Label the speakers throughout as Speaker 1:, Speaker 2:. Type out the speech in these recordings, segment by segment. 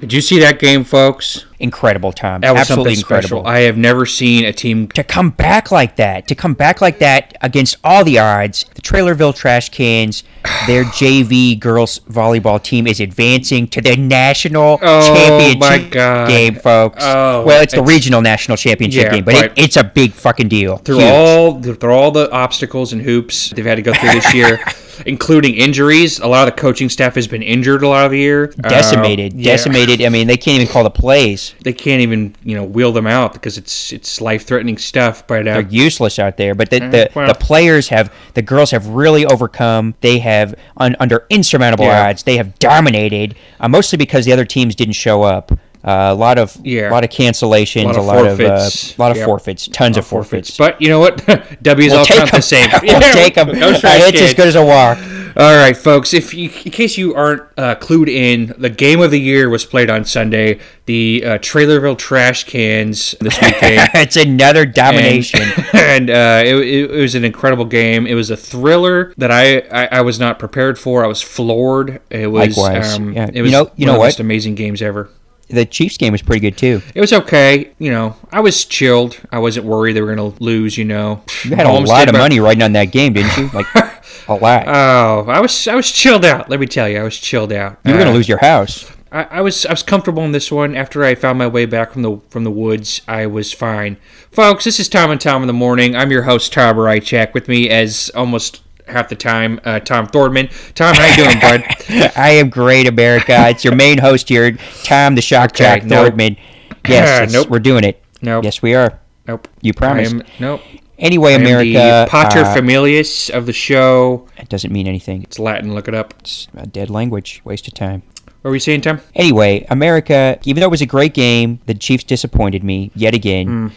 Speaker 1: Did you see that game, folks?
Speaker 2: Incredible, Tom.
Speaker 1: That was
Speaker 2: Absolutely
Speaker 1: something
Speaker 2: incredible.
Speaker 1: special. I have never seen a team.
Speaker 2: to come back like that, to come back like that against all the odds, the Trailerville Trash Cans, their JV girls volleyball team is advancing to the national
Speaker 1: Oh,
Speaker 2: championship
Speaker 1: my God.
Speaker 2: game, folks.
Speaker 1: Oh,
Speaker 2: well, it's the
Speaker 1: it's-
Speaker 2: regional national championship
Speaker 1: Yeah,
Speaker 2: game, but
Speaker 1: right.
Speaker 2: it, it's a big fucking deal.
Speaker 1: Through
Speaker 2: Huge.
Speaker 1: all through all the obstacles and hoops they've had to go through this year, including injuries. A lot of the coaching staff has been injured a lot of the year. Uh,
Speaker 2: decimated,
Speaker 1: yeah.
Speaker 2: decimated. I mean, they can't even call the plays.
Speaker 1: They can't even you know wheel them out because it's it's life threatening stuff. But uh,
Speaker 2: They're useless out there, but the, the,
Speaker 1: Mm-hmm. well.
Speaker 2: the players have the girls have really overcome. They have un, under insurmountable
Speaker 1: Yeah.
Speaker 2: odds. They have dominated, uh, mostly because the other teams didn't show up. Uh, a lot of
Speaker 1: Yeah.
Speaker 2: a lot of cancellations,
Speaker 1: Lot
Speaker 2: a
Speaker 1: of
Speaker 2: lot of,
Speaker 1: forfeits.
Speaker 2: uh, lot of
Speaker 1: Yep.
Speaker 2: forfeits, tons of forfeits.
Speaker 1: But you know what? W's all
Speaker 2: take
Speaker 1: count the
Speaker 2: them.
Speaker 1: same.
Speaker 2: we'll
Speaker 1: Yeah,
Speaker 2: take them.
Speaker 1: no trash
Speaker 2: it's as
Speaker 1: can.
Speaker 2: good as a walk.
Speaker 1: All right, folks. If you, in case you aren't uh, clued in, the game of the year was played on Sunday. The uh, Trailerville Trash Cans this weekend.
Speaker 2: it's another
Speaker 1: And,
Speaker 2: domination.
Speaker 1: and uh, it, it, it was an incredible game. It was a thriller that I, I, I was not prepared for. I was floored. It was
Speaker 2: Likewise.
Speaker 1: um,
Speaker 2: Yeah.
Speaker 1: it was
Speaker 2: You know- you
Speaker 1: one of
Speaker 2: know
Speaker 1: the
Speaker 2: what?
Speaker 1: most amazing games ever.
Speaker 2: the Chiefs game was pretty good too.
Speaker 1: It was okay. You know, I was chilled. I wasn't worried they were going to lose. You know,
Speaker 2: You had a lot of money riding on that game, didn't you? Like a lot.
Speaker 1: Oh, I was I was chilled out. Let me tell you, I was chilled out.
Speaker 2: you were going
Speaker 1: Uh,
Speaker 2: to lose your house.
Speaker 1: I, I was I was comfortable in this one. After I found my way back from the from the woods, I was fine. Folks, this is Tom and Tom in the morning. I'm your host Tom Rychak. With me as almost half the time, uh, Tom Thordman. Tom, how you doing, bud?
Speaker 2: I am great, America. It's your main host here, Tom the Shock Jock
Speaker 1: nope.
Speaker 2: Nordman. Yes, it's-
Speaker 1: Nope.
Speaker 2: we're doing it.
Speaker 1: Nope.
Speaker 2: Yes, we are.
Speaker 1: Nope.
Speaker 2: You promised.
Speaker 1: I am, nope.
Speaker 2: Anyway,
Speaker 1: I am
Speaker 2: America.
Speaker 1: the pater
Speaker 2: uh,
Speaker 1: familias of the show.
Speaker 2: it doesn't mean anything.
Speaker 1: It's Latin. Look it up.
Speaker 2: It's a dead language. Waste of time.
Speaker 1: What were you saying, Tom?
Speaker 2: Anyway, America, even though it was a great game, the Chiefs disappointed me yet again.
Speaker 1: Mm.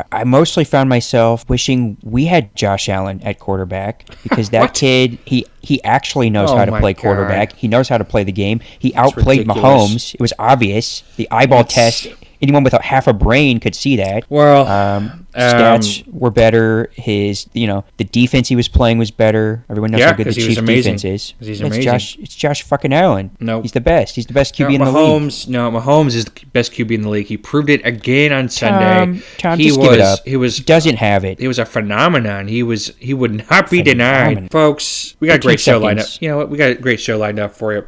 Speaker 2: Uh, I mostly found myself wishing we had Josh Allen at quarterback because that
Speaker 1: What?
Speaker 2: kid, he, he actually knows
Speaker 1: Oh
Speaker 2: how to
Speaker 1: my
Speaker 2: play
Speaker 1: God.
Speaker 2: quarterback. He knows how to play the game. He outplayed
Speaker 1: ridiculous.
Speaker 2: Mahomes. It was obvious. The eyeball test, anyone with a half a brain could see that.
Speaker 1: Well,
Speaker 2: Um, stats were better. His, you know, the defense he was playing was better. Everyone knows
Speaker 1: Yeah,
Speaker 2: how good the
Speaker 1: 'cause he was
Speaker 2: Chiefs
Speaker 1: amazing.
Speaker 2: defense is.
Speaker 1: 'Cause he's
Speaker 2: it's
Speaker 1: amazing.
Speaker 2: Josh. It's Josh fucking Allen.
Speaker 1: Nope.
Speaker 2: he's the best. He's the best QB in the league.
Speaker 1: Mahomes, no, Mahomes is the best QB in the league. He proved it again on Sunday.
Speaker 2: Tom, Tom,
Speaker 1: he
Speaker 2: just
Speaker 1: was,
Speaker 2: give it up.
Speaker 1: He was
Speaker 2: He doesn't have it.
Speaker 1: He was a phenomenon. He was he would not be
Speaker 2: Phenomenon.
Speaker 1: denied, folks. We got a great
Speaker 2: 15
Speaker 1: show lined up.
Speaker 2: seconds.
Speaker 1: You know what? We got a great show lined up for you.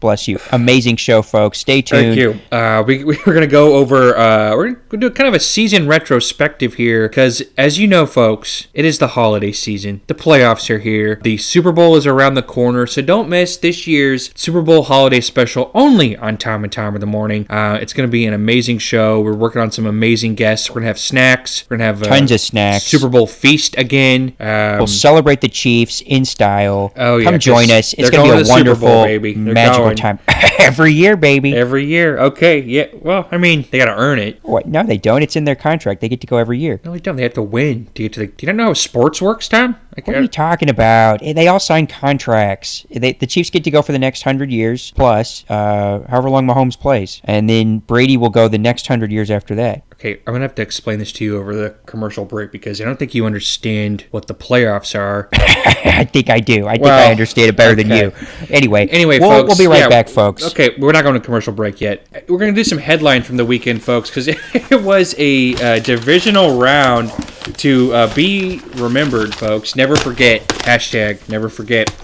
Speaker 2: Bless you. Amazing show, folks. Stay tuned.
Speaker 1: Thank you. Uh, we we're gonna go over. Uh, we're gonna do kind of a season retrospective here because, as you know, folks, it is the holiday season. The playoffs are here. The Super Bowl is around the corner, so don't miss this year's Super Bowl holiday special only on Time and Time in the morning. Uh, it's gonna be an amazing show. We're working on some amazing guests. We're gonna have snacks. We're gonna have uh,
Speaker 2: Tons of snacks.
Speaker 1: Super Bowl feast again. Um,
Speaker 2: We'll celebrate the Chiefs in style.
Speaker 1: Oh, yeah,
Speaker 2: Come
Speaker 1: 'cause
Speaker 2: join us.
Speaker 1: they're
Speaker 2: It's going
Speaker 1: going
Speaker 2: to be
Speaker 1: to
Speaker 2: a
Speaker 1: the Super Bowl,
Speaker 2: wonderful,
Speaker 1: baby. They're
Speaker 2: magical
Speaker 1: going.
Speaker 2: time every year, baby.
Speaker 1: Every year. Okay. Yeah. Well, I mean, they got to earn it.
Speaker 2: What? No, they don't. It's in their contract. They get to go every year.
Speaker 1: No, they don't. They have to win to get to the. Do you not know how sports works, Tom? Like, uh,
Speaker 2: What are you talking about? Eh, They all sign contracts. Eh, They, the Chiefs get to go for the next hundred years plus, uh, however long Mahomes plays, and then Brady will go the next hundred years after that.
Speaker 1: okay, I'm gonna have to explain this to you over the commercial break because I don't think you understand what the playoffs are.
Speaker 2: I think I do. I think
Speaker 1: Well,
Speaker 2: I understand it better than
Speaker 1: okay.
Speaker 2: you. Anyway,
Speaker 1: Anyway,
Speaker 2: we'll,
Speaker 1: folks,
Speaker 2: we'll be right
Speaker 1: yeah,
Speaker 2: back, folks.
Speaker 1: Okay, we're not going to commercial break yet. We're going to do some headlines from the weekend, folks, because it was a uh, divisional round to uh, be remembered, folks. Never forget. Hashtag never forget.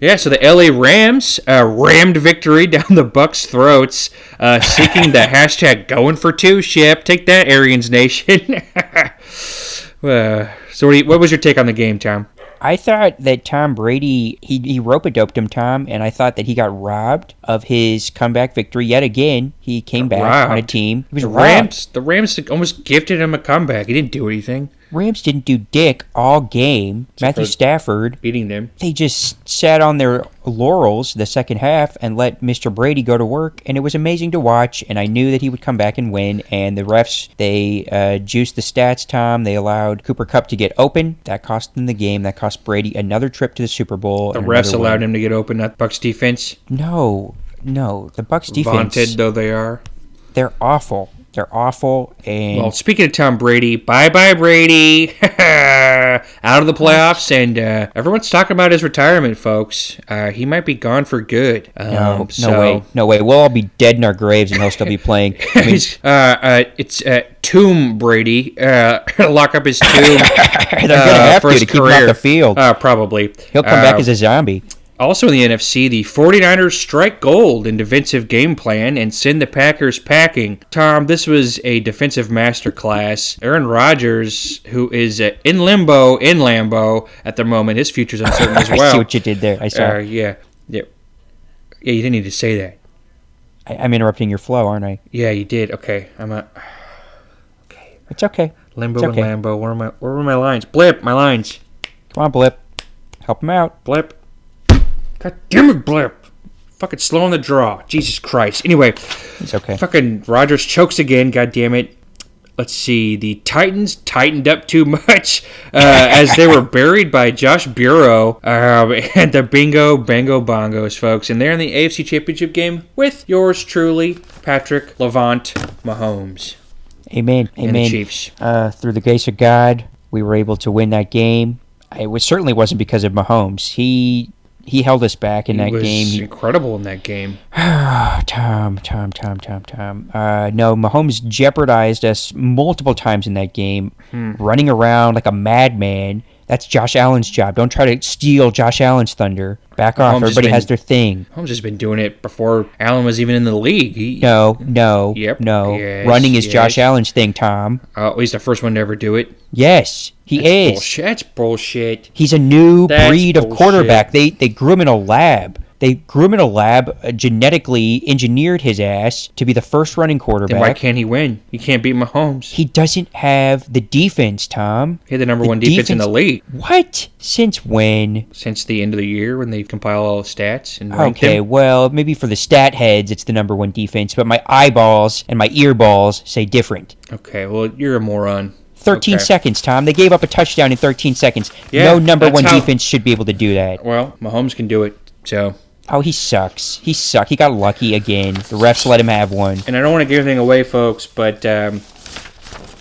Speaker 1: Yeah, so the LA Rams uh, rammed victory down the Bucks' throats, uh, seeking the hashtag going for two ship. Take that, Arians Nation. uh, so, what, do you, what was your take on the game, Tom?
Speaker 2: I thought that Tom Brady he he rope a doped him, Tom, and I thought that he got robbed of his comeback victory yet again. He came back on a
Speaker 1: Robbed?
Speaker 2: team. He was robbed.
Speaker 1: Rams, the Rams almost gifted him a comeback. He didn't do anything.
Speaker 2: Rams didn't do dick all game. Matthew
Speaker 1: for-
Speaker 2: Stafford
Speaker 1: beating them.
Speaker 2: they just sat on their laurels the second half and let Mr. Brady go to work, and it was amazing to watch. And I knew that he would come back and win. And the refs, they uh, juiced the stats. Tom, they allowed Cooper Cup to get open. That cost them the game. That cost Brady another trip to the Super Bowl.
Speaker 1: The refs allowed him to get open. Not Bucks defense,
Speaker 2: No, no, the Bucks defense.
Speaker 1: vaunted though they are.
Speaker 2: They're awful. They're awful. And
Speaker 1: Well, speaking of Tom Brady, bye bye Brady, out of the playoffs, and uh, everyone's talking about his retirement, folks. Uh, he might be gone for good. Um,
Speaker 2: no, no
Speaker 1: so-
Speaker 2: way, no way. We'll all be dead in our graves, and he'll still be playing. I mean,
Speaker 1: He's, uh, uh, it's uh, Tomb Brady. Uh, lock up his tomb.
Speaker 2: they're
Speaker 1: uh,
Speaker 2: gonna have
Speaker 1: for
Speaker 2: to
Speaker 1: his
Speaker 2: to keep him off
Speaker 1: career.
Speaker 2: the field.
Speaker 1: Uh, probably.
Speaker 2: he'll come
Speaker 1: Uh,
Speaker 2: back as a zombie.
Speaker 1: Also in the NFC, the 49ers strike gold in defensive game plan and send the Packers packing. Tom, this was a defensive masterclass. Aaron Rodgers, who is uh, in limbo in Lambo at the moment, his future's uncertain as
Speaker 2: I see
Speaker 1: well.
Speaker 2: what you did there. I saw.
Speaker 1: Uh, yeah, yeah, yeah. You didn't need to say that.
Speaker 2: I, I'm interrupting your flow, aren't I?
Speaker 1: Yeah, you did. Okay, I'm a
Speaker 2: It's okay.
Speaker 1: limbo
Speaker 2: It's okay.
Speaker 1: and Lambo. Where are my where were my lines? Blip, my lines.
Speaker 2: Come on, Blip. Help him out.
Speaker 1: Blip. God damn it, Blip. Fucking slow on the draw. Jesus Christ. Anyway,
Speaker 2: It's okay.
Speaker 1: Fucking Rogers chokes again. God damn it. Let's see. The Titans tightened up too much uh, as they were buried by Josh Bureau um, and the Bingo Bango Bongos, folks. And they're in the AFC Championship game with yours truly, Patrick Levant Mahomes
Speaker 2: Amen.
Speaker 1: and the
Speaker 2: Amen.
Speaker 1: Chiefs.
Speaker 2: uh, through the grace of God, we were able to win that game. It was certainly wasn't because of Mahomes. He he held us back in
Speaker 1: He
Speaker 2: that
Speaker 1: was
Speaker 2: game. He-
Speaker 1: incredible in that game.
Speaker 2: Tom, Tom, Tom, Tom, Tom. Uh, no, Mahomes jeopardized us multiple times in that game,
Speaker 1: Hmm.
Speaker 2: running around like a madman. That's Josh Allen's job. Don't try to steal Josh Allen's thunder. Back off.
Speaker 1: Mahomes has
Speaker 2: Everybody
Speaker 1: been-
Speaker 2: has their thing.
Speaker 1: Mahomes has been doing it before Allen was even in the league. He,
Speaker 2: No, no,
Speaker 1: Yep.
Speaker 2: no.
Speaker 1: Yes,
Speaker 2: running is Josh
Speaker 1: yes.
Speaker 2: Allen's thing, Tom.
Speaker 1: uh, at least the first one to ever do it.
Speaker 2: Yes, he is.
Speaker 1: Bullshit. That's bullshit.
Speaker 2: He's a new
Speaker 1: That's
Speaker 2: breed of
Speaker 1: bullshit.
Speaker 2: quarterback. They they grew him in a lab. They grew him in a lab, uh, genetically engineered his ass to be the first running
Speaker 1: Then why
Speaker 2: quarterback.
Speaker 1: can't he win? He can't beat Mahomes.
Speaker 2: He doesn't have the defense, Tom.
Speaker 1: He had the number
Speaker 2: The
Speaker 1: one defense, in the
Speaker 2: defense-
Speaker 1: league
Speaker 2: What? Since when?
Speaker 1: since the end of the year when they compile all the stats and rank
Speaker 2: Okay,
Speaker 1: them.
Speaker 2: well, maybe for the stat heads, it's the number one defense, but my eyeballs and my earballs say different.
Speaker 1: Okay, well you're a moron.
Speaker 2: 13
Speaker 1: Okay.
Speaker 2: seconds, Tom. They gave up a touchdown in 13 seconds.
Speaker 1: Yeah,
Speaker 2: no number
Speaker 1: that's
Speaker 2: one
Speaker 1: how-
Speaker 2: defense should be able to do that.
Speaker 1: Well, Mahomes can do it. So,
Speaker 2: Oh, he sucks. He sucked. He got lucky again. The refs let him have one.
Speaker 1: and I don't want to give anything away, folks, but um,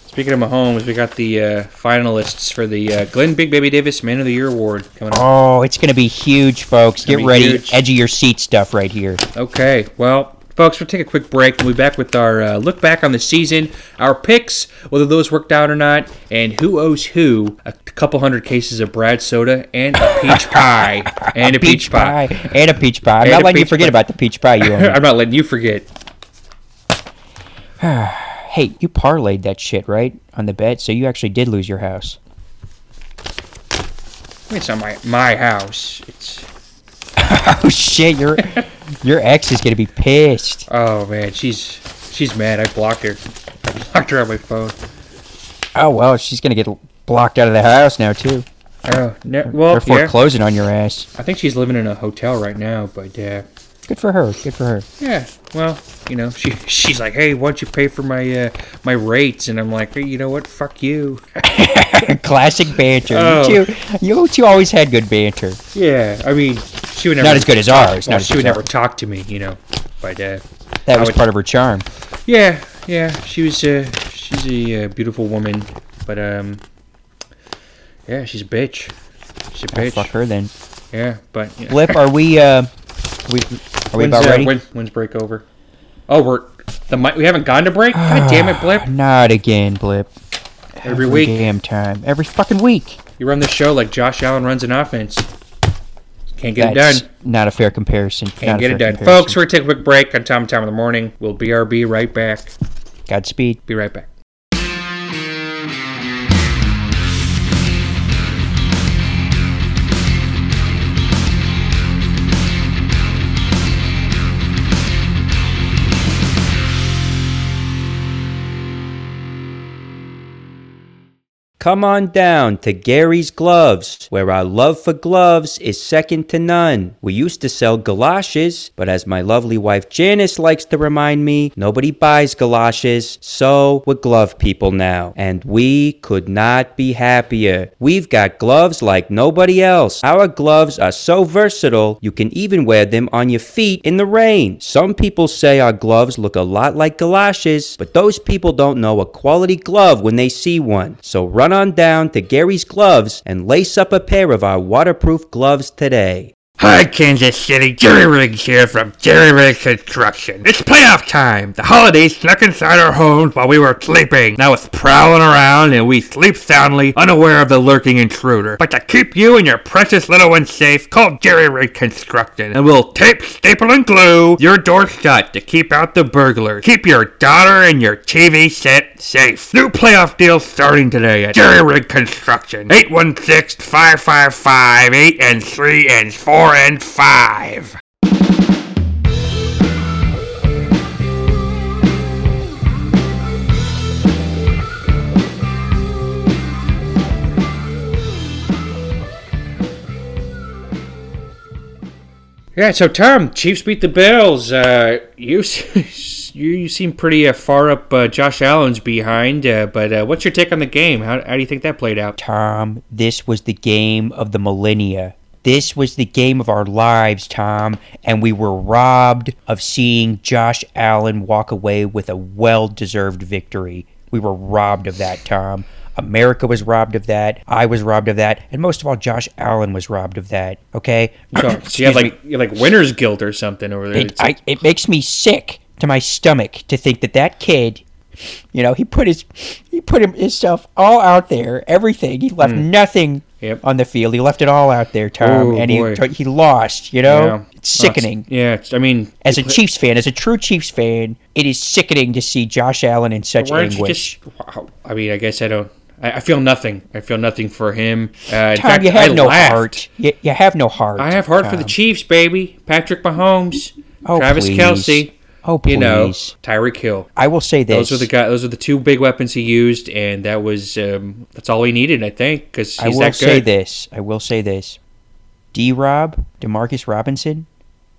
Speaker 1: speaking of Mahomes, we got the uh, finalists for the uh, Glenn Big Baby Davis Man of the Year award coming up.
Speaker 2: Oh, it's going to be huge, folks. Get
Speaker 1: gonna be
Speaker 2: ready.
Speaker 1: huge.
Speaker 2: Edge of your seat stuff right here.
Speaker 1: Okay, well. Folks, we'll take a quick break. We'll be back with our uh, look back on the season, our picks, whether those worked out or not, and who owes who a couple hundred cases of Brad soda and a peach pie. And a, peach, pie.
Speaker 2: And a peach pie. I'm
Speaker 1: And
Speaker 2: not
Speaker 1: a
Speaker 2: letting you
Speaker 1: peach
Speaker 2: forget
Speaker 1: pie.
Speaker 2: about the peach pie you own.
Speaker 1: I'm not letting you forget.
Speaker 2: hey, you parlayed that shit, right? On the bet, so you actually did lose your house.
Speaker 1: It's not my my house. It's
Speaker 2: Oh, shit. Your, your ex is going to be pissed.
Speaker 1: oh man, she's she's mad. I blocked her. I blocked her on my phone.
Speaker 2: Oh, well, she's going to get blocked out of the house now, too.
Speaker 1: Oh no, well
Speaker 2: They're
Speaker 1: yeah.
Speaker 2: foreclosing on your ass.
Speaker 1: I think she's living in a hotel right now, but uh,
Speaker 2: Good for her. Good for her.
Speaker 1: yeah. Well, you know, she she's like, hey, why don't you pay for my uh, my rates? And I'm like, hey, you know what? Fuck you.
Speaker 2: Classic banter.
Speaker 1: Oh.
Speaker 2: You, two, you two always had good banter.
Speaker 1: yeah, I mean, she would never
Speaker 2: Not as good as ours.
Speaker 1: well,
Speaker 2: Not as
Speaker 1: she
Speaker 2: good
Speaker 1: would
Speaker 2: as ours.
Speaker 1: never talk to me, you know. But uh,
Speaker 2: That
Speaker 1: I
Speaker 2: was
Speaker 1: would-
Speaker 2: part of her charm.
Speaker 1: Yeah, yeah. She was uh, she's a uh, beautiful woman, but um, yeah, she's a bitch. She's a
Speaker 2: Oh,
Speaker 1: bitch.
Speaker 2: fuck her then.
Speaker 1: yeah, but yeah.
Speaker 2: Blip, are we? Uh, we are we
Speaker 1: when's,
Speaker 2: about
Speaker 1: uh,
Speaker 2: ready?
Speaker 1: when- when's break over? Oh, we're the mi- we haven't gone to break.
Speaker 2: Ah,
Speaker 1: God damn it, Blip!
Speaker 2: Not again, Blip.
Speaker 1: Every week
Speaker 2: damn time. Every fucking week.
Speaker 1: you run this show like Josh Allen runs an offense. Can't get
Speaker 2: That's
Speaker 1: it done.
Speaker 2: Not a fair comparison.
Speaker 1: Can't
Speaker 2: Not
Speaker 1: get
Speaker 2: a
Speaker 1: it
Speaker 2: fair
Speaker 1: done,
Speaker 2: comparison.
Speaker 1: folks. We're gonna take a quick break on Tom and Tom in the morning. We'll brb right back.
Speaker 2: Godspeed.
Speaker 1: Be right back.
Speaker 2: Come on down to Gary's Gloves, where our love for gloves is second to none. We used to sell galoshes, but as my lovely wife Janice likes to remind me, nobody buys galoshes, so we're glove people now. And we could not be happier. We've got gloves like nobody else. Our gloves are so versatile, you can even wear them on your feet in the rain. Some people say our gloves look a lot like galoshes, but those people don't know a quality glove when they see one. So run on down to Gary's Gloves and lace up a pair of our waterproof gloves today.
Speaker 3: Hi, Kansas City. Jerry Riggs here from Jerry Riggs Construction. It's playoff time. The holidays snuck inside our homes while we were sleeping. Now it's prowling around and we sleep soundly, unaware of the lurking intruder. But to keep you and your precious little ones safe, call Jerry Riggs Construction and we'll tape, staple, and glue your door shut to keep out the burglars. Keep your daughter and your TV set safe. New playoff deals starting today at Jerry Riggs Construction. 816 555 8 and 3 and 4 and 5.
Speaker 1: Yeah, so Tom, Chiefs beat the Bills. Uh, you s- you you seem pretty uh, far up uh, Josh Allen's behind, uh, but uh, what's your take on the game? How, how do you think that played out?
Speaker 2: Tom, this was the game of the millennia. This was the game of our lives, Tom, and we were robbed of seeing Josh Allen walk away with a well deserved victory. We were robbed of that, Tom. America was robbed of that. I was robbed of that. And most of all, Josh Allen was robbed of that. Okay?
Speaker 1: So, so you had like you had like winner's guilt or something over there.
Speaker 2: It,
Speaker 1: It's like-
Speaker 2: I, it makes me sick to my stomach to think that that kid, you know, he put his he put him, himself all out there, everything. He left
Speaker 1: Mm.
Speaker 2: nothing
Speaker 1: Yep.
Speaker 2: on the field. He left it all out there, Tom,
Speaker 1: Oh,
Speaker 2: and
Speaker 1: boy.
Speaker 2: he t- he lost. You know,
Speaker 1: yeah.
Speaker 2: it's sickening.
Speaker 1: oh, Yeah, it's- I mean,
Speaker 2: as a Chiefs fan, as a true Chiefs fan, it is sickening to see Josh Allen in such
Speaker 1: why don't you
Speaker 2: anguish.
Speaker 1: just? wow, I mean, I guess I don't. I, I feel nothing. I feel nothing for him. Uh, in
Speaker 2: Tom,
Speaker 1: fact,
Speaker 2: you have
Speaker 1: I
Speaker 2: no
Speaker 1: laughed.
Speaker 2: heart. You, you have no heart.
Speaker 1: I have heart for the
Speaker 2: Tom.
Speaker 1: Chiefs, baby. Patrick Mahomes,
Speaker 2: Oh,
Speaker 1: Travis
Speaker 2: please.
Speaker 1: Kelsey.
Speaker 2: Oh, please.
Speaker 1: You know, Tyreek Hill.
Speaker 2: I will say this.
Speaker 1: Those were the guy. Those were the two big weapons he used, and that was um, that's all he needed, I think, because
Speaker 2: I
Speaker 1: he's
Speaker 2: will
Speaker 1: that
Speaker 2: say
Speaker 1: good.
Speaker 2: this. I will say this. D Rob, Demarcus Robinson,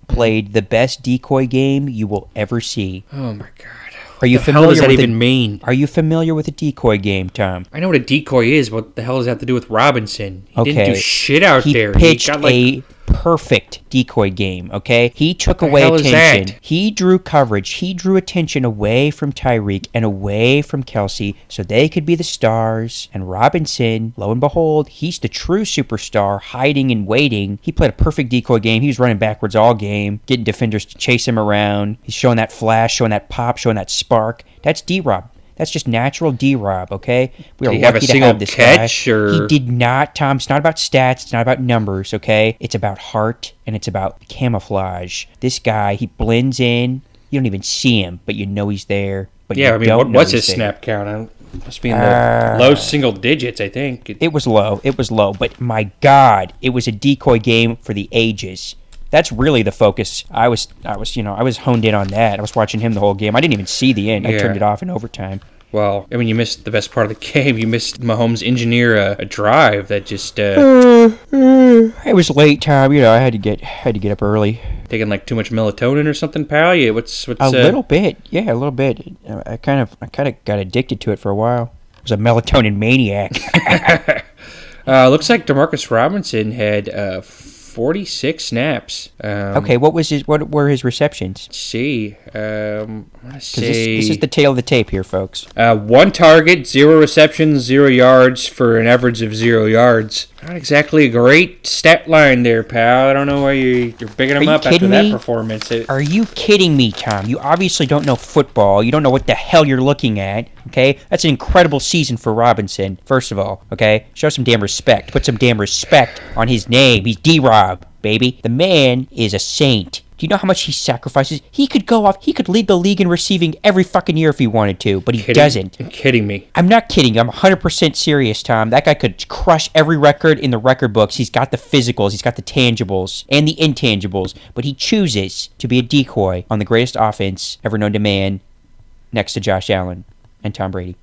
Speaker 2: played the best decoy game you will ever see.
Speaker 1: oh my god!
Speaker 2: Are you
Speaker 1: the hell
Speaker 2: familiar
Speaker 1: does that
Speaker 2: with
Speaker 1: even
Speaker 2: a,
Speaker 1: mean?
Speaker 2: Are you familiar with a decoy game, Tom?
Speaker 1: I know what a decoy is. but What the hell does that have to do with Robinson? He
Speaker 2: Okay.
Speaker 1: didn't do shit out
Speaker 2: he
Speaker 1: there.
Speaker 2: pitched
Speaker 1: he got like
Speaker 2: a perfect decoy game, okay? He took
Speaker 1: the
Speaker 2: away
Speaker 1: hell is
Speaker 2: attention.
Speaker 1: that?
Speaker 2: He drew coverage. He drew attention away from Tyreek and away from Kelsey so they could be the stars. And Robinson, lo and behold, he's the true superstar hiding and waiting. He played a perfect decoy game. He was running backwards all game, getting defenders to chase him around. He's showing that flash, showing that pop, showing that spark. That's D Rob. That's just natural D Rob, okay? We are
Speaker 1: Did he
Speaker 2: lucky
Speaker 1: have a
Speaker 2: to
Speaker 1: single
Speaker 2: have this
Speaker 1: catch,
Speaker 2: guy.
Speaker 1: or-
Speaker 2: He did not, Tom. It's not about stats. It's not about numbers, okay? It's about heart and it's about camouflage. This guy, he blends in. You don't even see him, but you know he's there. But
Speaker 1: yeah.
Speaker 2: you
Speaker 1: I mean,
Speaker 2: don't
Speaker 1: what
Speaker 2: know Uh.
Speaker 1: was
Speaker 2: he's
Speaker 1: his
Speaker 2: there.
Speaker 1: snap count? I don't- must be in the low single digits, I think.
Speaker 2: It was low. It was low. But my God, it was a decoy game for the ages. That's really the focus. I was, I was, you know, I was honed in on that. I was watching him the whole game. I didn't even see the end. I
Speaker 1: Yeah.
Speaker 2: turned it off in overtime.
Speaker 1: Well, I mean, you missed the best part of the game. You missed Mahomes engineer uh, a, a drive that just uh,
Speaker 2: It was late time. You know, I had to get, had to get up early.
Speaker 1: taking like too much melatonin or something, pal. Yeah, what's what's
Speaker 2: A
Speaker 1: uh,
Speaker 2: little bit, yeah, a little bit. Uh, I kind of, I kind of got addicted to it for a while. I was a melatonin maniac.
Speaker 1: Uh, looks like Demarcus Robinson had uh, 46 snaps. Um,
Speaker 2: okay, what was his? What were his receptions?
Speaker 1: Let's see. Um, I want to
Speaker 2: 'Cause This,
Speaker 1: say
Speaker 2: this is the tail of the tape here, folks.
Speaker 1: uh, one target, zero receptions, zero yards for an average of zero yards. Not exactly a great stat line there, pal. I don't know why you, you're picking him
Speaker 2: you
Speaker 1: up after
Speaker 2: kidding
Speaker 1: that
Speaker 2: me?
Speaker 1: performance. It-
Speaker 2: Are you kidding me, Tom? You obviously don't know football. You don't know what the hell you're looking at. Okay, that's an incredible season for Robinson. First of all, okay, show some damn respect. Put some damn respect on his name. He's D Rob, baby. The man is a saint. Do you know how much he sacrifices? He could go off. He could lead the league in receiving every fucking year if he wanted to, but he
Speaker 1: kidding-
Speaker 2: doesn't.
Speaker 1: You're kidding me.
Speaker 2: I'm not kidding. I'm 100% serious, Tom. That guy could crush every record in the record books. He's got the physicals, he's got the tangibles and the intangibles, but he chooses to be a decoy on the greatest offense ever known to man next to Josh Allen and Tom Brady.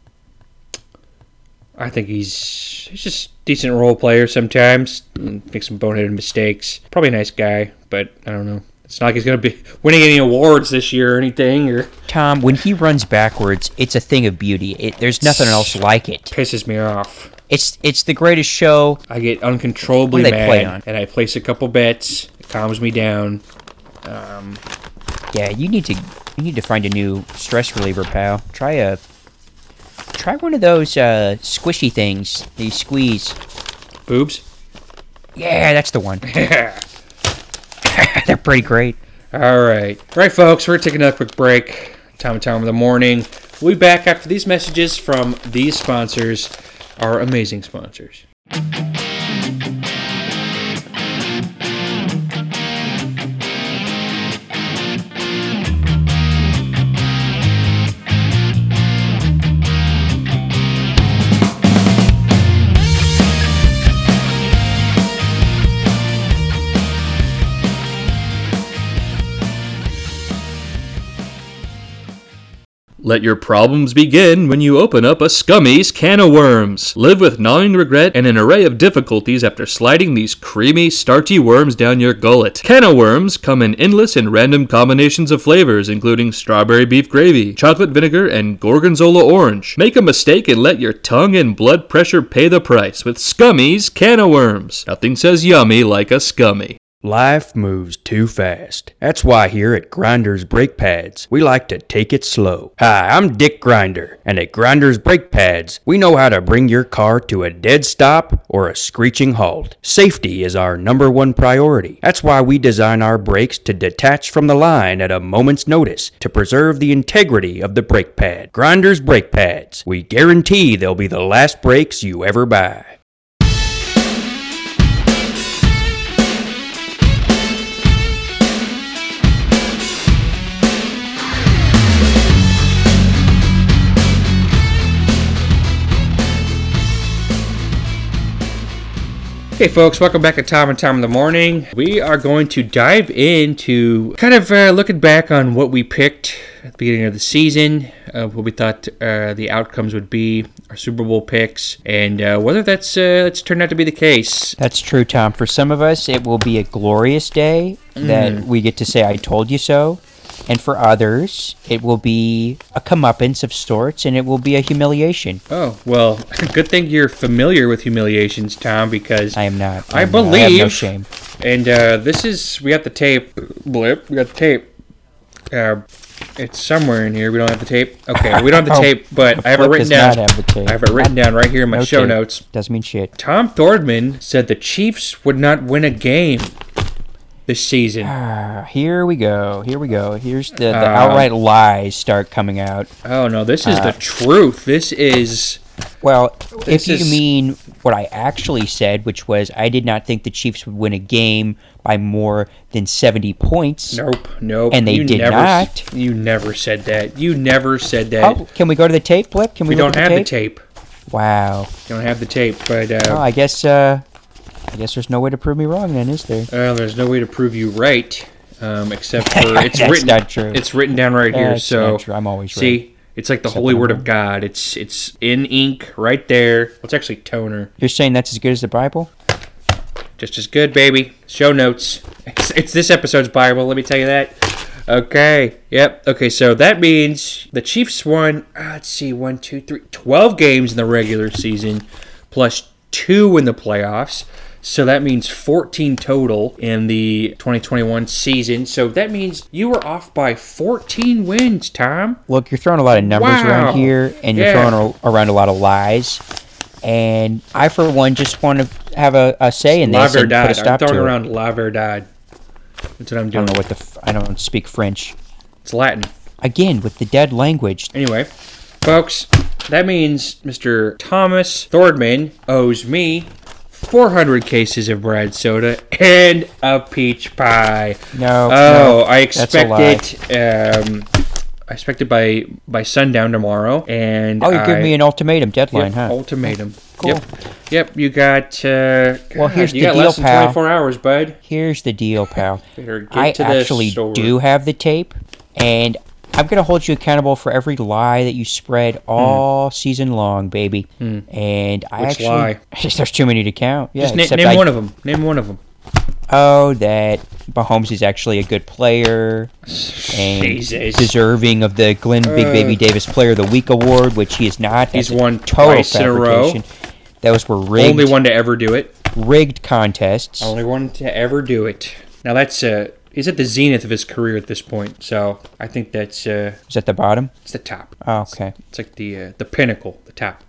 Speaker 1: I think he's he's just a decent role player sometimes. Mm, Makes some boneheaded mistakes. Probably a nice guy, but I don't know. It's not like he's gonna be winning any awards this year or anything. Or
Speaker 2: Tom, when he runs backwards, it's a thing of beauty. It, there's nothing else like it.
Speaker 1: pisses me off.
Speaker 2: It's it's the greatest show.
Speaker 1: I get uncontrollably
Speaker 2: What do they
Speaker 1: mad,
Speaker 2: play on?
Speaker 1: and I place a couple bets. It calms me down. Um,
Speaker 2: Yeah, you need to you need to find a new stress reliever, pal. Try a try one of those uh, squishy things. that you squeeze.
Speaker 1: boobs.
Speaker 2: Yeah, that's the one. They're pretty great.
Speaker 1: All right. All right, folks, we're taking another quick break. Time and time in the morning. We'll be back after these messages from these sponsors, our amazing sponsors.
Speaker 4: Let your problems begin when you open up a Scummies can of worms. Live with gnawing regret and an array of difficulties after sliding these creamy, starchy worms down your gullet. Can of worms come in endless and random combinations of flavors, including strawberry beef gravy, chocolate vinegar, and gorgonzola orange. Make a mistake and let your tongue and blood pressure pay the price with Scummies can of worms. Nothing says yummy like a scummy.
Speaker 5: Life moves too fast. That's why here at Grinder's Brake Pads, we like to take it slow. Hi, I'm Dick Grinder, and at Grinder's Brake Pads, we know how to bring your car to a dead stop or a screeching halt. Safety is our number one priority. That's why we design our brakes to detach from the line at a moment's notice to preserve the integrity of the brake pad. Grinder's Brake Pads, we guarantee they'll be the last brakes you ever buy.
Speaker 1: Hey, folks, welcome back to Time and Time in the Morning. We are going to dive into kind of uh, looking back on what we picked at the beginning of the season, uh, what we thought uh, the outcomes would be, our Super Bowl picks, and uh, whether that's, uh, that's turned out to be the case.
Speaker 2: That's true, Tom. For some of us, it will be a glorious day
Speaker 1: Mm.
Speaker 2: that we get to say, I told you so. And for others, it will be a comeuppance of sorts and it will be a humiliation.
Speaker 1: Oh, well, good thing you're familiar with humiliations, Tom, because
Speaker 2: I am not.
Speaker 1: I
Speaker 2: I'm not- I have no
Speaker 1: believe-
Speaker 2: shame.
Speaker 1: And uh, this is we got the tape blip. We got the tape. Uh, it's somewhere in here. We don't have the tape. Okay, we don't have the
Speaker 2: Oh,
Speaker 1: tape, but I have it
Speaker 2: Blip
Speaker 1: written down.
Speaker 2: does not have the tape.
Speaker 1: I have it written down right here in my
Speaker 2: No
Speaker 1: show
Speaker 2: tape.
Speaker 1: notes.
Speaker 2: Doesn't mean shit.
Speaker 1: Tom Thordman said the Chiefs would not win a game this season.
Speaker 2: Ah, here we go. Here we go. Here's the, the
Speaker 1: Uh,
Speaker 2: outright lies start coming out.
Speaker 1: Oh no, this is
Speaker 2: Uh,
Speaker 1: the truth. This is
Speaker 2: Well,
Speaker 1: This
Speaker 2: if you
Speaker 1: is-
Speaker 2: mean what I actually said, which was I did not think the Chiefs would win a game by more than 70 points.
Speaker 1: nope, nope.
Speaker 2: And they did
Speaker 1: never,
Speaker 2: not.
Speaker 1: You never said that. You never said that.
Speaker 2: Oh, can we go to the tape, Blip? Can we,
Speaker 1: we
Speaker 2: look
Speaker 1: don't
Speaker 2: at
Speaker 1: have
Speaker 2: the
Speaker 1: the
Speaker 2: tape?
Speaker 1: tape.
Speaker 2: Wow.
Speaker 1: We don't have the tape. But uh,
Speaker 2: Oh, I guess uh, I guess there's no way to prove me wrong then, is there?
Speaker 1: Well, Uh, there's no way to prove you right, um, except for it's
Speaker 2: That's
Speaker 1: written.
Speaker 2: not true.
Speaker 1: It's written down right here.
Speaker 2: That's
Speaker 1: so
Speaker 2: not true. I'm always
Speaker 1: see,
Speaker 2: right.
Speaker 1: it's like the holy word of God. It's it's in ink right there. Well, it's actually toner,
Speaker 2: You're saying that's as good as the Bible?
Speaker 1: just as good, baby. Show notes. It's, it's this episode's Bible. Let me tell you that. Okay. Yep. Okay. So that means the Chiefs won. Uh, let's see, one, two, three, twelve games in the regular season, plus two in the playoffs. So that means 14 total in the 2021 season. So that means you were off by 14 wins, Tom.
Speaker 2: Look, you're throwing a lot of numbers
Speaker 1: Wow.
Speaker 2: around here, and you're
Speaker 1: Yeah.
Speaker 2: throwing a, around a lot of lies. And I, for one, just want to have a, a say in
Speaker 1: La
Speaker 2: this and put a
Speaker 1: Verdad. I'm
Speaker 2: stop to
Speaker 1: throwing
Speaker 2: it.
Speaker 1: around La Verdad. That's what I'm doing.
Speaker 2: I don't know what the f- I don't speak French.
Speaker 1: It's Latin.
Speaker 2: Again, with the dead language.
Speaker 1: Anyway, folks, that means Mr. Thomas Thordman owes me 400 cases of bread soda and a peach pie.
Speaker 2: No.
Speaker 1: Oh,
Speaker 2: no,
Speaker 1: I
Speaker 2: that's a lie.
Speaker 1: expected. Um, I expect it by by sundown tomorrow, and
Speaker 2: Oh, you're
Speaker 1: I-
Speaker 2: giving me an ultimatum
Speaker 1: Yep,
Speaker 2: deadline, huh?
Speaker 1: ultimatum.
Speaker 2: Cool.
Speaker 1: Yep, yep. You got. Uh, God,
Speaker 2: Well, here's
Speaker 1: you
Speaker 2: the
Speaker 1: got
Speaker 2: deal,
Speaker 1: less than
Speaker 2: pal.
Speaker 1: 24 hours, bud.
Speaker 2: Here's the deal, pal.
Speaker 1: Better get
Speaker 2: I
Speaker 1: to the
Speaker 2: actually
Speaker 1: store.
Speaker 2: do have the tape, and I'm going to hold you accountable for every lie that you spread all season long, baby. And I
Speaker 1: Hmm. Which
Speaker 2: actually
Speaker 1: lie?
Speaker 2: there's too many to count. Yeah,
Speaker 1: Just na-
Speaker 2: except
Speaker 1: name
Speaker 2: I-
Speaker 1: one of them. Name one of them.
Speaker 2: Oh, that Mahomes is actually a good player and
Speaker 1: Jesus.
Speaker 2: deserving of the Glenn Big Baby Davis Player of the Week award, which he is not.
Speaker 1: He's
Speaker 2: That's a
Speaker 1: won
Speaker 2: total
Speaker 1: twice in a row.
Speaker 2: fabrication. Those were rigged,
Speaker 1: Only one Oh. to ever do it.
Speaker 2: rigged contests.
Speaker 1: Only one to ever do it. Now that's uh, he's at the zenith of his career at this point. So I think that's uh,
Speaker 2: Is at the bottom.
Speaker 1: it's the top.
Speaker 2: Oh, okay.
Speaker 1: It's like the uh, the pinnacle, the top.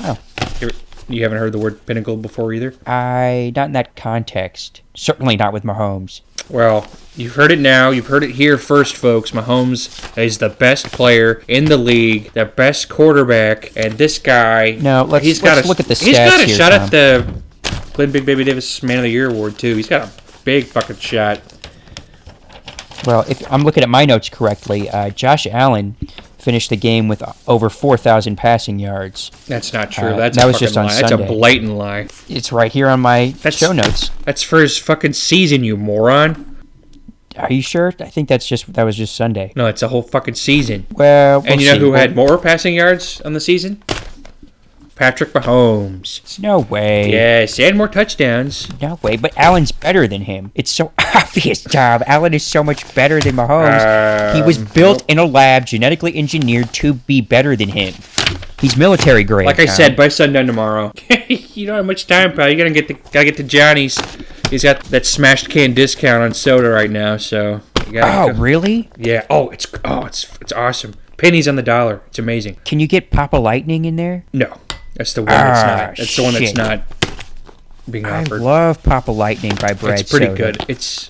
Speaker 2: Oh.
Speaker 1: You- You haven't heard the word pinnacle before either.
Speaker 2: I not in that context. Certainly not with Mahomes.
Speaker 1: Well, you've heard it now. You've heard it here first, folks. Mahomes is the best player in the league, the best quarterback, and this guy.
Speaker 2: No, let's-
Speaker 1: he's
Speaker 2: let's
Speaker 1: got a,
Speaker 2: look at the
Speaker 1: He's got
Speaker 2: stats
Speaker 1: a
Speaker 2: here,
Speaker 1: shot
Speaker 2: Tom.
Speaker 1: at the Glenn Big Baby Davis Man of the Year award too. He's got a big fucking shot.
Speaker 2: Well, if I'm looking at my notes correctly, uh, Josh Allen finished the game with over 4,000 passing yards.
Speaker 1: That's not true.
Speaker 2: Uh,
Speaker 1: That's
Speaker 2: that
Speaker 1: a
Speaker 2: was
Speaker 1: fucking
Speaker 2: just on
Speaker 1: lie. That's a
Speaker 2: Sunday.
Speaker 1: blatant lie.
Speaker 2: It's right here on my
Speaker 1: That's-
Speaker 2: show notes.
Speaker 1: That's for his fucking season, you moron.
Speaker 2: Are you sure? I think that's just that was just Sunday.
Speaker 1: No, it's a whole fucking season.
Speaker 2: Well,
Speaker 1: and
Speaker 2: we'll
Speaker 1: you know
Speaker 2: see.
Speaker 1: who had
Speaker 2: Well,
Speaker 1: more passing yards on the season? Patrick Mahomes.
Speaker 2: No way.
Speaker 1: Yes, and more touchdowns.
Speaker 2: No way. But Allen's better than him. It's so obvious, Tom. Allen is so much better than
Speaker 1: Um,
Speaker 2: Mahomes. he was built in a lab, genetically engineered to be better than him. He's military grade.
Speaker 1: Like I
Speaker 2: Tom.
Speaker 1: said, by sundown tomorrow. you don't have much time, pal. You gotta get the gotta get to Johnny's. He's got that smashed can discount on soda right now, so you
Speaker 2: Oh,
Speaker 1: gotta go-
Speaker 2: really?
Speaker 1: yeah. Oh, it's oh, it's it's awesome. Pennies on the dollar. It's amazing.
Speaker 2: Can you get Papa Lightning in there?
Speaker 1: No, that's the one that's
Speaker 2: Ah,
Speaker 1: not. That's the one that's
Speaker 2: shit.
Speaker 1: not being
Speaker 2: I
Speaker 1: offered.
Speaker 2: love Papa Lightning by Brad.
Speaker 1: it's pretty
Speaker 2: Soda.
Speaker 1: good. It's.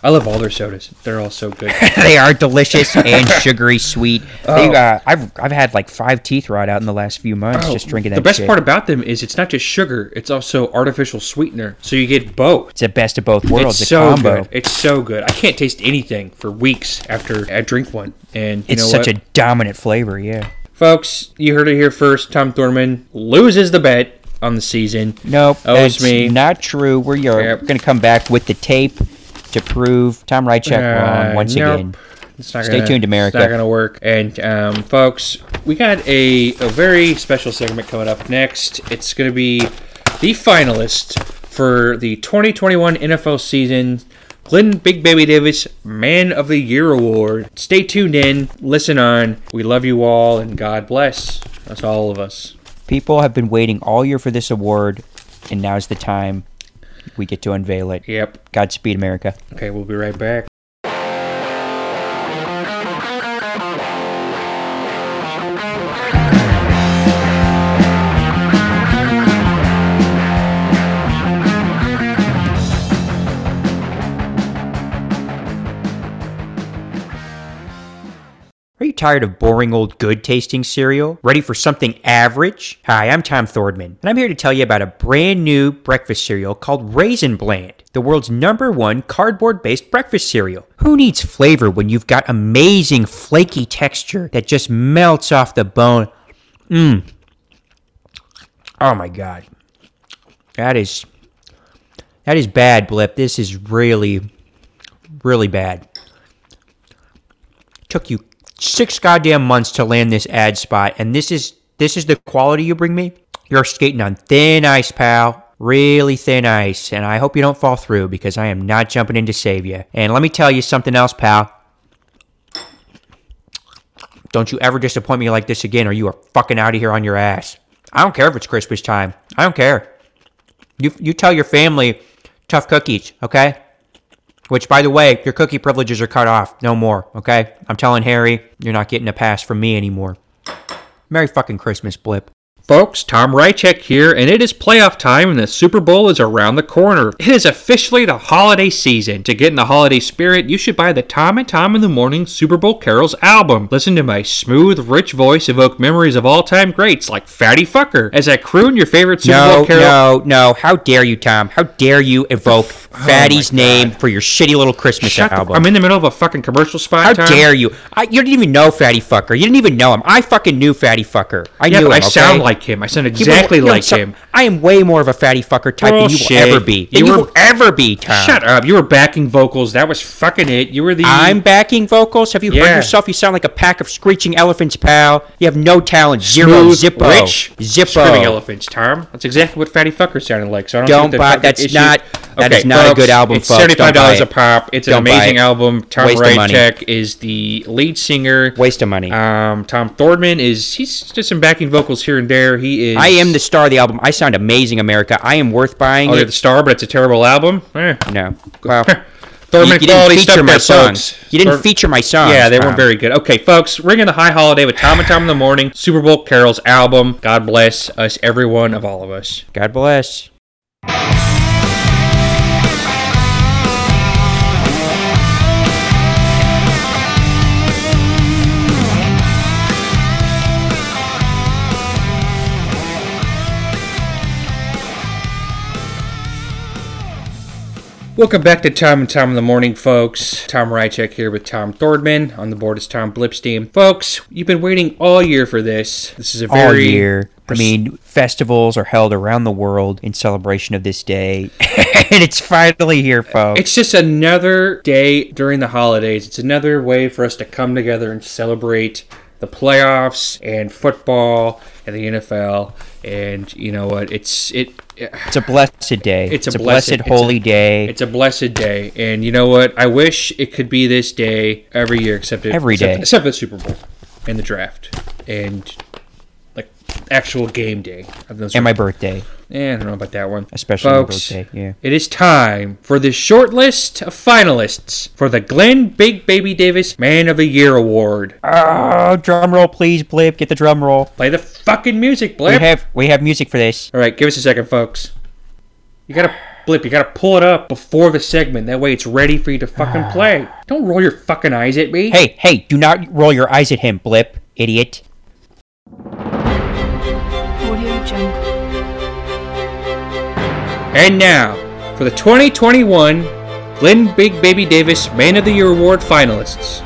Speaker 1: I love all their sodas. They're all so good.
Speaker 2: they are delicious and sugary sweet.
Speaker 1: Oh.
Speaker 2: They, uh, I've I've had like five teeth rot out in the last few months just drinking that.
Speaker 1: Oh, the best
Speaker 2: shit.
Speaker 1: part about them is it's not just sugar; it's also artificial sweetener. So you get both.
Speaker 2: it's the best of both
Speaker 1: it's
Speaker 2: worlds. a
Speaker 1: so
Speaker 2: combo.
Speaker 1: good. It's so good. I can't taste anything for weeks after I drink one. And you
Speaker 2: It's
Speaker 1: know
Speaker 2: such
Speaker 1: what,
Speaker 2: a dominant flavor. Yeah.
Speaker 1: folks, you heard it here first. Tom Thorman loses the bet on the season.
Speaker 2: Nope.
Speaker 1: owes
Speaker 2: that's
Speaker 1: me.
Speaker 2: Not true. We're
Speaker 1: Yep.
Speaker 2: going to come back with the tape to prove Tom Rychek wrong
Speaker 1: Uh,
Speaker 2: Um, once
Speaker 1: nope.
Speaker 2: again.
Speaker 1: It's not
Speaker 2: Stay
Speaker 1: gonna,
Speaker 2: tuned, America.
Speaker 1: It's not going to work. And, um, folks, we got a, a very special segment coming up next. It's going to be the finalist for the 2021 NFL season. Glenn Big Baby Davis Man of the Year Award. Stay tuned in, listen on. We love you all, and God bless us, all of us.
Speaker 2: People have been waiting all year for this award, and now's the time we get to unveil it.
Speaker 1: Yep.
Speaker 2: Godspeed, America.
Speaker 1: Okay, we'll be right back.
Speaker 2: Are you tired of boring old good tasting cereal? Ready for something average? Hi, I'm Tom Thordman, and I'm here to tell you about a brand new breakfast cereal called Raisin Bland, the world's number one cardboard based breakfast cereal. Who needs flavor when you've got amazing flaky texture that just melts off the bone? Mmm. Oh my god. That is. That is bad, Blip. This is really, really bad took you six goddamn months to land this ad spot and this is this is the quality you bring me you're skating on thin ice pal really thin ice and i hope you don't fall through because i am not jumping in to save you and let me tell you something else pal don't you ever disappoint me like this again or you are fucking out of here on your ass i don't care if it's christmas time i don't care you you tell your family tough cookies okay which, by the way, your cookie privileges are cut off. No more, okay? I'm telling Harry, you're not getting a pass from me anymore. Merry fucking Christmas, Blip.
Speaker 4: Folks, Tom Rychek here, and it is playoff time, and the Super Bowl is around the corner. It is officially the holiday season. To get in the holiday spirit, you should buy the Tom and Tom in the Morning Super Bowl Carols album. Listen to my smooth, rich voice evoke memories of all time greats like Fatty Fucker as I croon your favorite Super
Speaker 2: No,
Speaker 4: Bowl carol.
Speaker 2: no, no. How dare you, Tom? How dare you evoke
Speaker 1: oh
Speaker 2: Fatty's name for your shitty little Christmas
Speaker 4: Shut the-
Speaker 2: album?
Speaker 4: I'm in the middle of a fucking commercial spot.
Speaker 2: How
Speaker 4: Tom.
Speaker 2: dare you? I, you didn't even know Fatty Fucker. You didn't even know him. I fucking knew Fatty Fucker. I
Speaker 4: Yeah,
Speaker 2: knew
Speaker 4: but
Speaker 2: him.
Speaker 4: I
Speaker 2: okay?
Speaker 4: sound like
Speaker 1: like him. I sound exactly
Speaker 2: You know,
Speaker 1: like
Speaker 2: so-
Speaker 1: him.
Speaker 2: I am way more of a fatty fucker type than you
Speaker 1: Bullshit.
Speaker 2: will ever be.
Speaker 1: You
Speaker 2: Than you,
Speaker 1: were-
Speaker 2: will ever be, Tom.
Speaker 1: Shut up. You were backing vocals. That was fucking it. You were the.
Speaker 2: I'm backing vocals. Have you
Speaker 1: Yeah.
Speaker 2: heard yourself? You sound like a pack of screeching elephants, pal. You have no talent. Zero.
Speaker 1: smooth,
Speaker 2: Zippo.
Speaker 1: rich, screaming
Speaker 2: Zippo.
Speaker 1: elephants, Tom. That's exactly what Fatty Fucker sounded like. So I don't.
Speaker 2: Don't
Speaker 1: think the
Speaker 2: buy-
Speaker 1: fucking
Speaker 2: that's
Speaker 1: issue-
Speaker 2: not- that is not a good album,
Speaker 1: It's
Speaker 2: folks. Don't
Speaker 1: seventy-five dollars
Speaker 2: buy
Speaker 1: a
Speaker 2: it.
Speaker 1: pop. It's
Speaker 2: Don't
Speaker 1: an
Speaker 2: buy
Speaker 1: amazing
Speaker 2: it.
Speaker 1: album. Tom
Speaker 2: Waste of money.
Speaker 1: Rychek is the lead singer.
Speaker 2: Waste of money.
Speaker 1: Um, Tom Thordman is he's just some backing vocals here and there. He is.
Speaker 2: I am the star of the album. I sound amazing, America. I am worth buying
Speaker 1: Oh, you're
Speaker 2: it.
Speaker 1: the star, but it's a terrible album. Eh.
Speaker 2: no. Well, you,
Speaker 1: Thurman
Speaker 2: you
Speaker 1: quality
Speaker 2: didn't feature
Speaker 1: stuff
Speaker 2: my
Speaker 1: there,
Speaker 2: songs.
Speaker 1: folks.
Speaker 2: You didn't
Speaker 1: Thur-
Speaker 2: feature my songs.
Speaker 1: Yeah, they weren't
Speaker 2: Tom.
Speaker 1: very good. Okay, folks, ringing the high holiday with Tom and Tom in the morning. Super Bowl Carol's album. God bless us, every one of all of us.
Speaker 2: God bless.
Speaker 1: Welcome back to Tom and Tom in the Morning, folks. Tom Rychek here with Tom Thordman. On the board is Tom Blipstein. Folks, you've been waiting all year for this. This is a very
Speaker 2: All year. I mean, festivals are held around the world in celebration of this day, and it's finally here, folks.
Speaker 1: It's just another day during the holidays. It's another way for us to come together and celebrate the playoffs and football and the NFL. And you know what? It's it.
Speaker 2: It's a blessed day.
Speaker 1: It's a blessed-
Speaker 2: blessed,
Speaker 1: it's a-
Speaker 2: holy day.
Speaker 1: It's a blessed day, and you know what? I wish it could be this day every year, except it,
Speaker 2: Every
Speaker 1: except,
Speaker 2: day.
Speaker 1: except for the Super Bowl and the draft and like actual game day. Of those
Speaker 2: and my birthday,
Speaker 1: Eh, I don't know about that one.
Speaker 2: especially
Speaker 1: Folks,
Speaker 2: my birthday. Yeah.
Speaker 1: it is time for the short list of finalists for the Glenn Big Baby Davis Man of the Year Award.
Speaker 2: Oh, drum roll, please, Blip. Get the drum roll.
Speaker 1: Play the fucking music,
Speaker 2: We
Speaker 1: Blip.
Speaker 2: have we have music for this.
Speaker 1: All right, give us a second, folks. You gotta Blip. You gotta pull it up before the segment. That way, it's ready for you to fucking play. Don't roll your fucking eyes at me.
Speaker 2: Hey, hey, do not roll your eyes at him, Blip, idiot.
Speaker 6: Audio Jungle.
Speaker 1: And now for the 2021 Glenn Big Baby Davis Man of the Year Award finalists: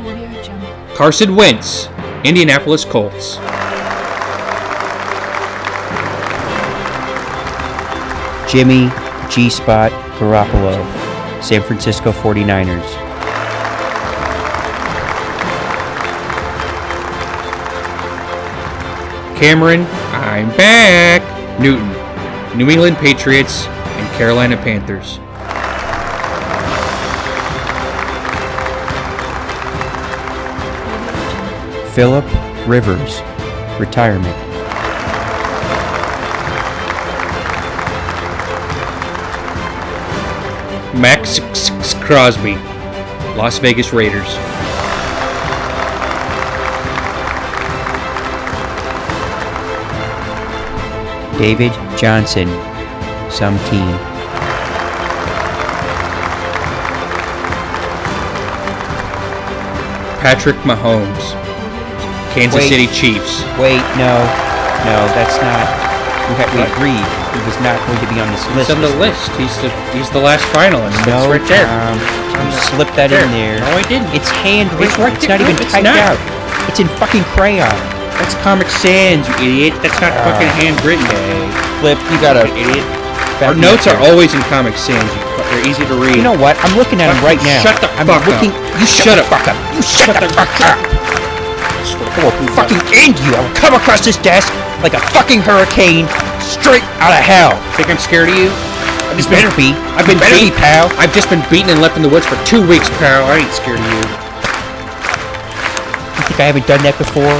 Speaker 6: Audio Jungle.
Speaker 1: Carson Wentz, Indianapolis Colts.
Speaker 2: Jimmy G Spot Garoppolo, San Francisco 49ers.
Speaker 1: Cameron, I'm back. Newton, New England Patriots, and Carolina Panthers.
Speaker 2: Philip Rivers, retirement.
Speaker 1: Max Crosby, Las Vegas Raiders.
Speaker 2: David Johnson, some team.
Speaker 1: Patrick Mahomes, Kansas
Speaker 2: Wait.
Speaker 1: City Chiefs.
Speaker 2: Wait, no, no, that's not. We had we agreed he was not going to be on this
Speaker 1: He's
Speaker 2: list.
Speaker 1: on the list. He's the he's the last finalist. It's
Speaker 2: No,
Speaker 1: right there.
Speaker 2: Tom, you slipped that in there.
Speaker 1: No, I didn't.
Speaker 2: It's handwritten. It's,
Speaker 1: right there.
Speaker 2: not even
Speaker 1: No, it's
Speaker 2: typed
Speaker 1: not.
Speaker 2: out. It's in fucking crayon.
Speaker 1: that's Comic Sans, you idiot. That's not fucking handwritten.
Speaker 2: Flip, you got a
Speaker 1: Idiot.
Speaker 2: Our
Speaker 1: Our notes are always in Comic Sans. You, fuck- they're easy to read.
Speaker 2: You know what? I'm looking at him right now.
Speaker 1: Shut the
Speaker 2: I'm
Speaker 1: fuck up.
Speaker 2: looking, You
Speaker 1: Shut
Speaker 2: shut, the
Speaker 1: up.
Speaker 2: fuck up. You shut, the, fuck up. I will fucking end you. I will come across this desk like a fucking hurricane, straight out of hell.
Speaker 1: Think I'm scared of you?
Speaker 2: This better be.
Speaker 1: I've been
Speaker 2: better
Speaker 1: beat,
Speaker 2: be, pal.
Speaker 1: I've just been beaten and left in the woods for two weeks, pal. I ain't scared of you.
Speaker 2: You think I haven't done that before?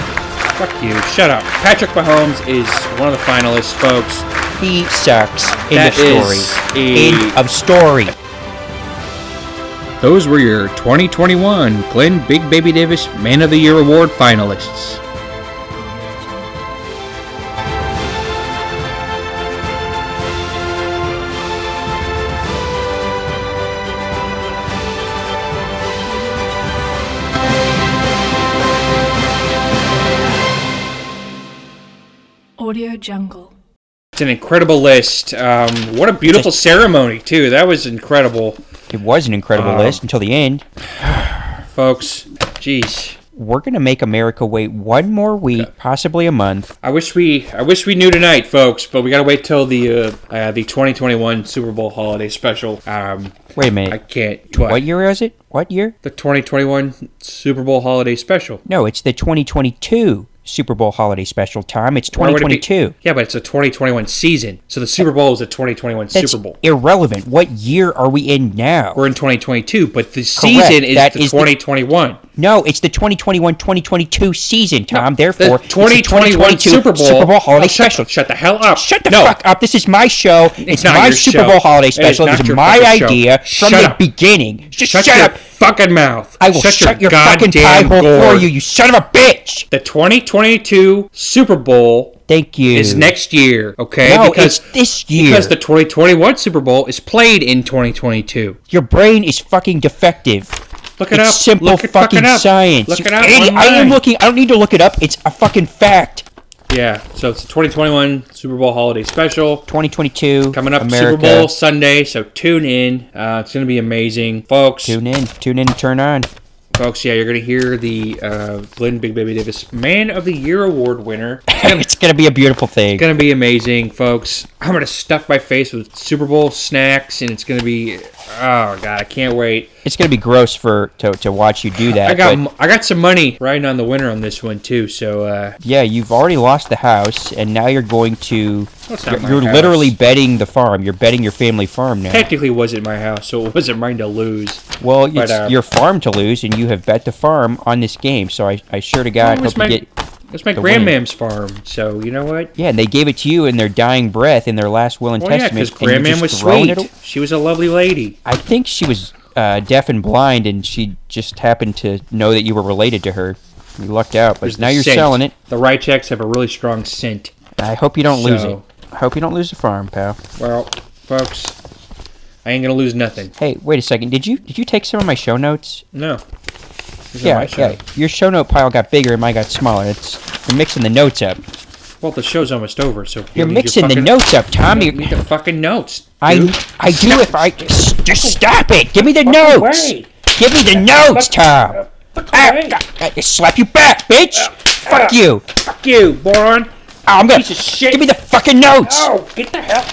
Speaker 1: Fuck you. Shut up. Patrick Mahomes is one of the finalists, folks.
Speaker 2: He sucks. End
Speaker 1: That
Speaker 2: of story.
Speaker 1: is a-
Speaker 2: End of story.
Speaker 1: Those were your 2021 Glenn Big Baby Davis Man of the Year Award finalists.
Speaker 6: Audio Jungle.
Speaker 1: It's an incredible list. Um, what a beautiful ceremony, too. That was incredible,
Speaker 2: It was an incredible
Speaker 1: Um,
Speaker 2: list until the end.
Speaker 1: folks. Jeez.
Speaker 2: we're going to make America wait one more week, possibly a month.
Speaker 1: I wish we I wish we knew tonight, folks, but we gotta wait till the uh, uh, the 2021 Super Bowl holiday special. Um,
Speaker 2: Wait a
Speaker 1: I
Speaker 2: minute.
Speaker 1: can't. What?
Speaker 2: what year is it? What year?
Speaker 1: The 2021 Super Bowl holiday special.
Speaker 2: No, it's the 2022 Super Bowl holiday special time. It's
Speaker 1: Why would it be-
Speaker 2: 2022.
Speaker 1: Yeah, but it's a 2021 season, so the Super Bowl is a 2021
Speaker 2: That's
Speaker 1: Super Bowl.
Speaker 2: irrelevant. What year are we in now?
Speaker 1: We're in 2022, but the season is
Speaker 2: That
Speaker 1: the
Speaker 2: is the-
Speaker 1: 2021.
Speaker 2: no, it's the 2021-2022 season, Tom. Therefore,
Speaker 1: the
Speaker 2: it's the
Speaker 1: 2021 Super Bowl,
Speaker 2: Super Bowl holiday
Speaker 1: Oh, shut,
Speaker 2: special.
Speaker 1: Shut the hell up.
Speaker 2: Shut the
Speaker 1: no,
Speaker 2: fuck up. This is my show. It's,
Speaker 1: not
Speaker 2: my
Speaker 1: your
Speaker 2: Super
Speaker 1: show.
Speaker 2: Bowl
Speaker 1: It
Speaker 2: holiday
Speaker 1: is
Speaker 2: special.
Speaker 1: not
Speaker 2: It is
Speaker 1: your
Speaker 2: my
Speaker 1: fucking show.
Speaker 2: idea
Speaker 1: Shut
Speaker 2: from
Speaker 1: up.
Speaker 2: the beginning. Just
Speaker 1: shut,
Speaker 2: shut,
Speaker 1: your
Speaker 2: up.
Speaker 1: fucking mouth.
Speaker 2: I will shut, your, fucking pie
Speaker 1: goddamn
Speaker 2: hole for
Speaker 1: gourd.
Speaker 2: you, you son of a bitch.
Speaker 1: The 2022 Super Bowl
Speaker 2: Thank you.
Speaker 1: is next year, okay?
Speaker 2: No, it's this year.
Speaker 1: Because the 2021 Super Bowl is played in 2022.
Speaker 2: your brain is fucking defective.
Speaker 1: Look it
Speaker 2: it's
Speaker 1: up.
Speaker 2: simple
Speaker 1: Look it fucking
Speaker 2: fucking
Speaker 1: up.
Speaker 2: science.
Speaker 1: Look
Speaker 2: you
Speaker 1: it up
Speaker 2: idiot. I
Speaker 1: online.
Speaker 2: am looking. I don't need to look it up. It's a fucking fact.
Speaker 1: Yeah, so it's the 2021 Super Bowl holiday special.
Speaker 2: 2022
Speaker 1: Coming up
Speaker 2: America.
Speaker 1: Super Bowl Sunday, so tune in. Uh, it's going to be amazing. Folks,
Speaker 2: Tune in. Tune in. Turn on.
Speaker 1: folks, yeah, you're going to hear the uh, Glenn Big Baby Davis Man of the Year Award winner.
Speaker 2: it's gonna be a beautiful thing.
Speaker 1: gonna be amazing, folks. I'm gonna stuff my face with Super Bowl snacks, and it's gonna be oh god, I can't wait.
Speaker 2: It's gonna be gross for to, to watch you do that.
Speaker 1: I got
Speaker 2: but
Speaker 1: m- I got some money riding on the winner on this one too. So uh,
Speaker 2: yeah, you've already lost the house, and now you're going to.
Speaker 1: That's not
Speaker 2: You're,
Speaker 1: my
Speaker 2: you're
Speaker 1: house.
Speaker 2: literally betting the farm. You're betting your family farm now.
Speaker 1: technically, it wasn't my house, so it wasn't mine to lose.
Speaker 2: well, it's
Speaker 1: but, uh,
Speaker 2: your farm to lose, and you have bet the farm on this game. So I, I sure to God
Speaker 1: it
Speaker 2: hope
Speaker 1: was my
Speaker 2: you get.
Speaker 1: it was my
Speaker 2: the winner.
Speaker 1: grandmam's farm. So you know what?
Speaker 2: Yeah, and they gave it to you in their dying breath, in their last will and
Speaker 1: Well, yeah,
Speaker 2: testament.
Speaker 1: because
Speaker 2: and you're
Speaker 1: grandmam
Speaker 2: just
Speaker 1: was
Speaker 2: throwing it
Speaker 1: sweet.
Speaker 2: aw-
Speaker 1: She was a lovely lady.
Speaker 2: I think she was uh, deaf and blind, and she just happened to know that you were related to her. You lucked out,
Speaker 1: There's
Speaker 2: but
Speaker 1: the
Speaker 2: now you're
Speaker 1: scent.
Speaker 2: selling it.
Speaker 1: The Rychecks have a really strong scent.
Speaker 2: I hope you don't lose it.
Speaker 1: So-
Speaker 2: I hope you don't lose the farm, pal.
Speaker 1: Well, folks, I ain't gonna lose nothing.
Speaker 2: Hey, wait a second. Did you did you take some of my show notes?
Speaker 1: No. These are
Speaker 2: yeah,
Speaker 1: my
Speaker 2: yeah.
Speaker 1: shows.
Speaker 2: Your show note pile got bigger and mine got smaller. It's you're mixing the notes up.
Speaker 1: Well, the show's almost over, so if you
Speaker 2: You're
Speaker 1: need your
Speaker 2: mixing the
Speaker 1: fucking-
Speaker 2: notes up, Tom.
Speaker 1: You
Speaker 2: You-
Speaker 1: need the fucking notes.
Speaker 2: I
Speaker 1: dude.
Speaker 2: I do if I s- just stop it. Give me the notes.
Speaker 1: way.
Speaker 2: Give me the notes, Tom. Ah,
Speaker 1: way.
Speaker 2: God, I slap you back, bitch. Fuck you.
Speaker 1: Fuck you, moron.
Speaker 2: Oh, I'm gonna
Speaker 1: Piece of shit.
Speaker 2: give me the fucking notes. Oh,
Speaker 1: Oh, get the hell.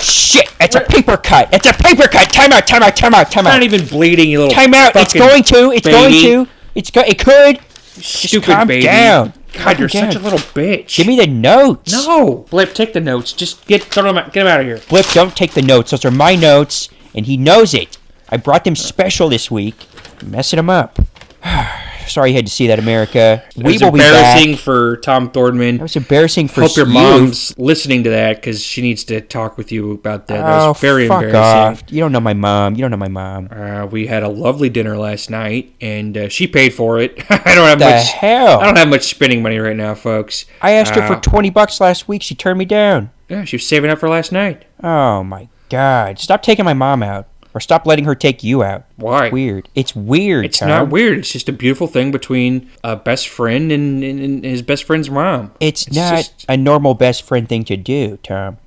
Speaker 2: shit! That's a paper cut. That's a paper cut. Time out. Time out. Time out. Time
Speaker 1: I'm not
Speaker 2: out.
Speaker 1: even bleeding, you little.
Speaker 2: Time out. It's
Speaker 1: fucking
Speaker 2: going to. It's
Speaker 1: baby.
Speaker 2: going to. It's go. It could.
Speaker 1: Stupid
Speaker 2: calm
Speaker 1: baby.
Speaker 2: down.
Speaker 1: God, you're
Speaker 2: Calm
Speaker 1: such a
Speaker 2: down.
Speaker 1: little bitch.
Speaker 2: Give me the notes.
Speaker 1: No, Blip, take the notes. Just get throw them out. Get them out of here.
Speaker 2: Blip, don't take the notes. Those are my notes, and he knows it. I brought them special this week. Messing him up. Sorry you had to see that, America.
Speaker 1: It
Speaker 2: We
Speaker 1: was
Speaker 2: will be
Speaker 1: embarrassing
Speaker 2: back.
Speaker 1: for Tom Thordman.
Speaker 2: That was embarrassing for
Speaker 1: Hope your
Speaker 2: you.
Speaker 1: mom's listening to that because she needs to talk with you about that. That
Speaker 2: oh,
Speaker 1: was very
Speaker 2: fuck
Speaker 1: embarrassing.
Speaker 2: off. You don't know my mom. You don't know my mom.
Speaker 1: Uh, we had a lovely dinner last night, and uh, she paid for it. I don't have
Speaker 2: The
Speaker 1: much.
Speaker 2: hell?
Speaker 1: I don't have much spending money right now, folks.
Speaker 2: I asked her
Speaker 1: Uh,
Speaker 2: for 20 bucks last week. She turned me down.
Speaker 1: Yeah, she was saving up for last night.
Speaker 2: Oh, my God. Stop taking my mom out. Or stop letting her take you out.
Speaker 1: Why?
Speaker 2: Weird. It's weird,
Speaker 1: It's
Speaker 2: Tom.
Speaker 1: not weird. It's just a beautiful thing between a best friend and, and, and his best friend's mom.
Speaker 2: It's,
Speaker 1: It's
Speaker 2: not
Speaker 1: just-
Speaker 2: a normal best friend thing to do, Tom.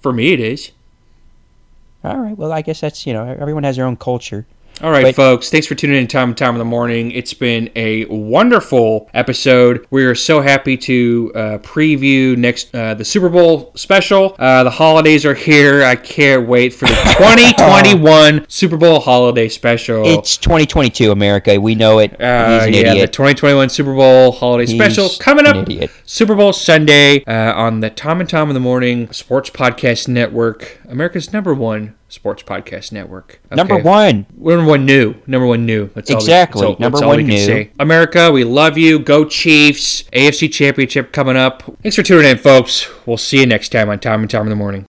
Speaker 1: For me, it is.
Speaker 2: All right. Well, I guess that's, you know, everyone has their own culture.
Speaker 1: All right,
Speaker 2: But-
Speaker 1: folks. Thanks for tuning in, Tom and Tom in the morning. It's been a wonderful episode. We are so happy to uh, preview next uh, the Super Bowl special. Uh, the holidays are here. I can't wait for the 2021 Super Bowl holiday special.
Speaker 2: It's 2022, America. We know it.
Speaker 1: Uh,
Speaker 2: He's an
Speaker 1: yeah, the
Speaker 2: idiot.
Speaker 1: 2021 Super Bowl holiday
Speaker 2: He's
Speaker 1: special coming
Speaker 2: an
Speaker 1: up.
Speaker 2: idiot.
Speaker 1: Super Bowl Sunday uh, on the Tom and Tom in the Morning Sports Podcast Network, America's number one sports podcast network. Okay.
Speaker 2: Number one.
Speaker 1: number one new, number one new. That's all we-
Speaker 2: Exactly.
Speaker 1: that's all- that's
Speaker 2: Number
Speaker 1: all we
Speaker 2: one
Speaker 1: can
Speaker 2: new.
Speaker 1: say. America, we love you. Go Chiefs! AFC Championship coming up. Thanks for tuning in, folks. We'll see you next time on Tom and Tom in the Morning.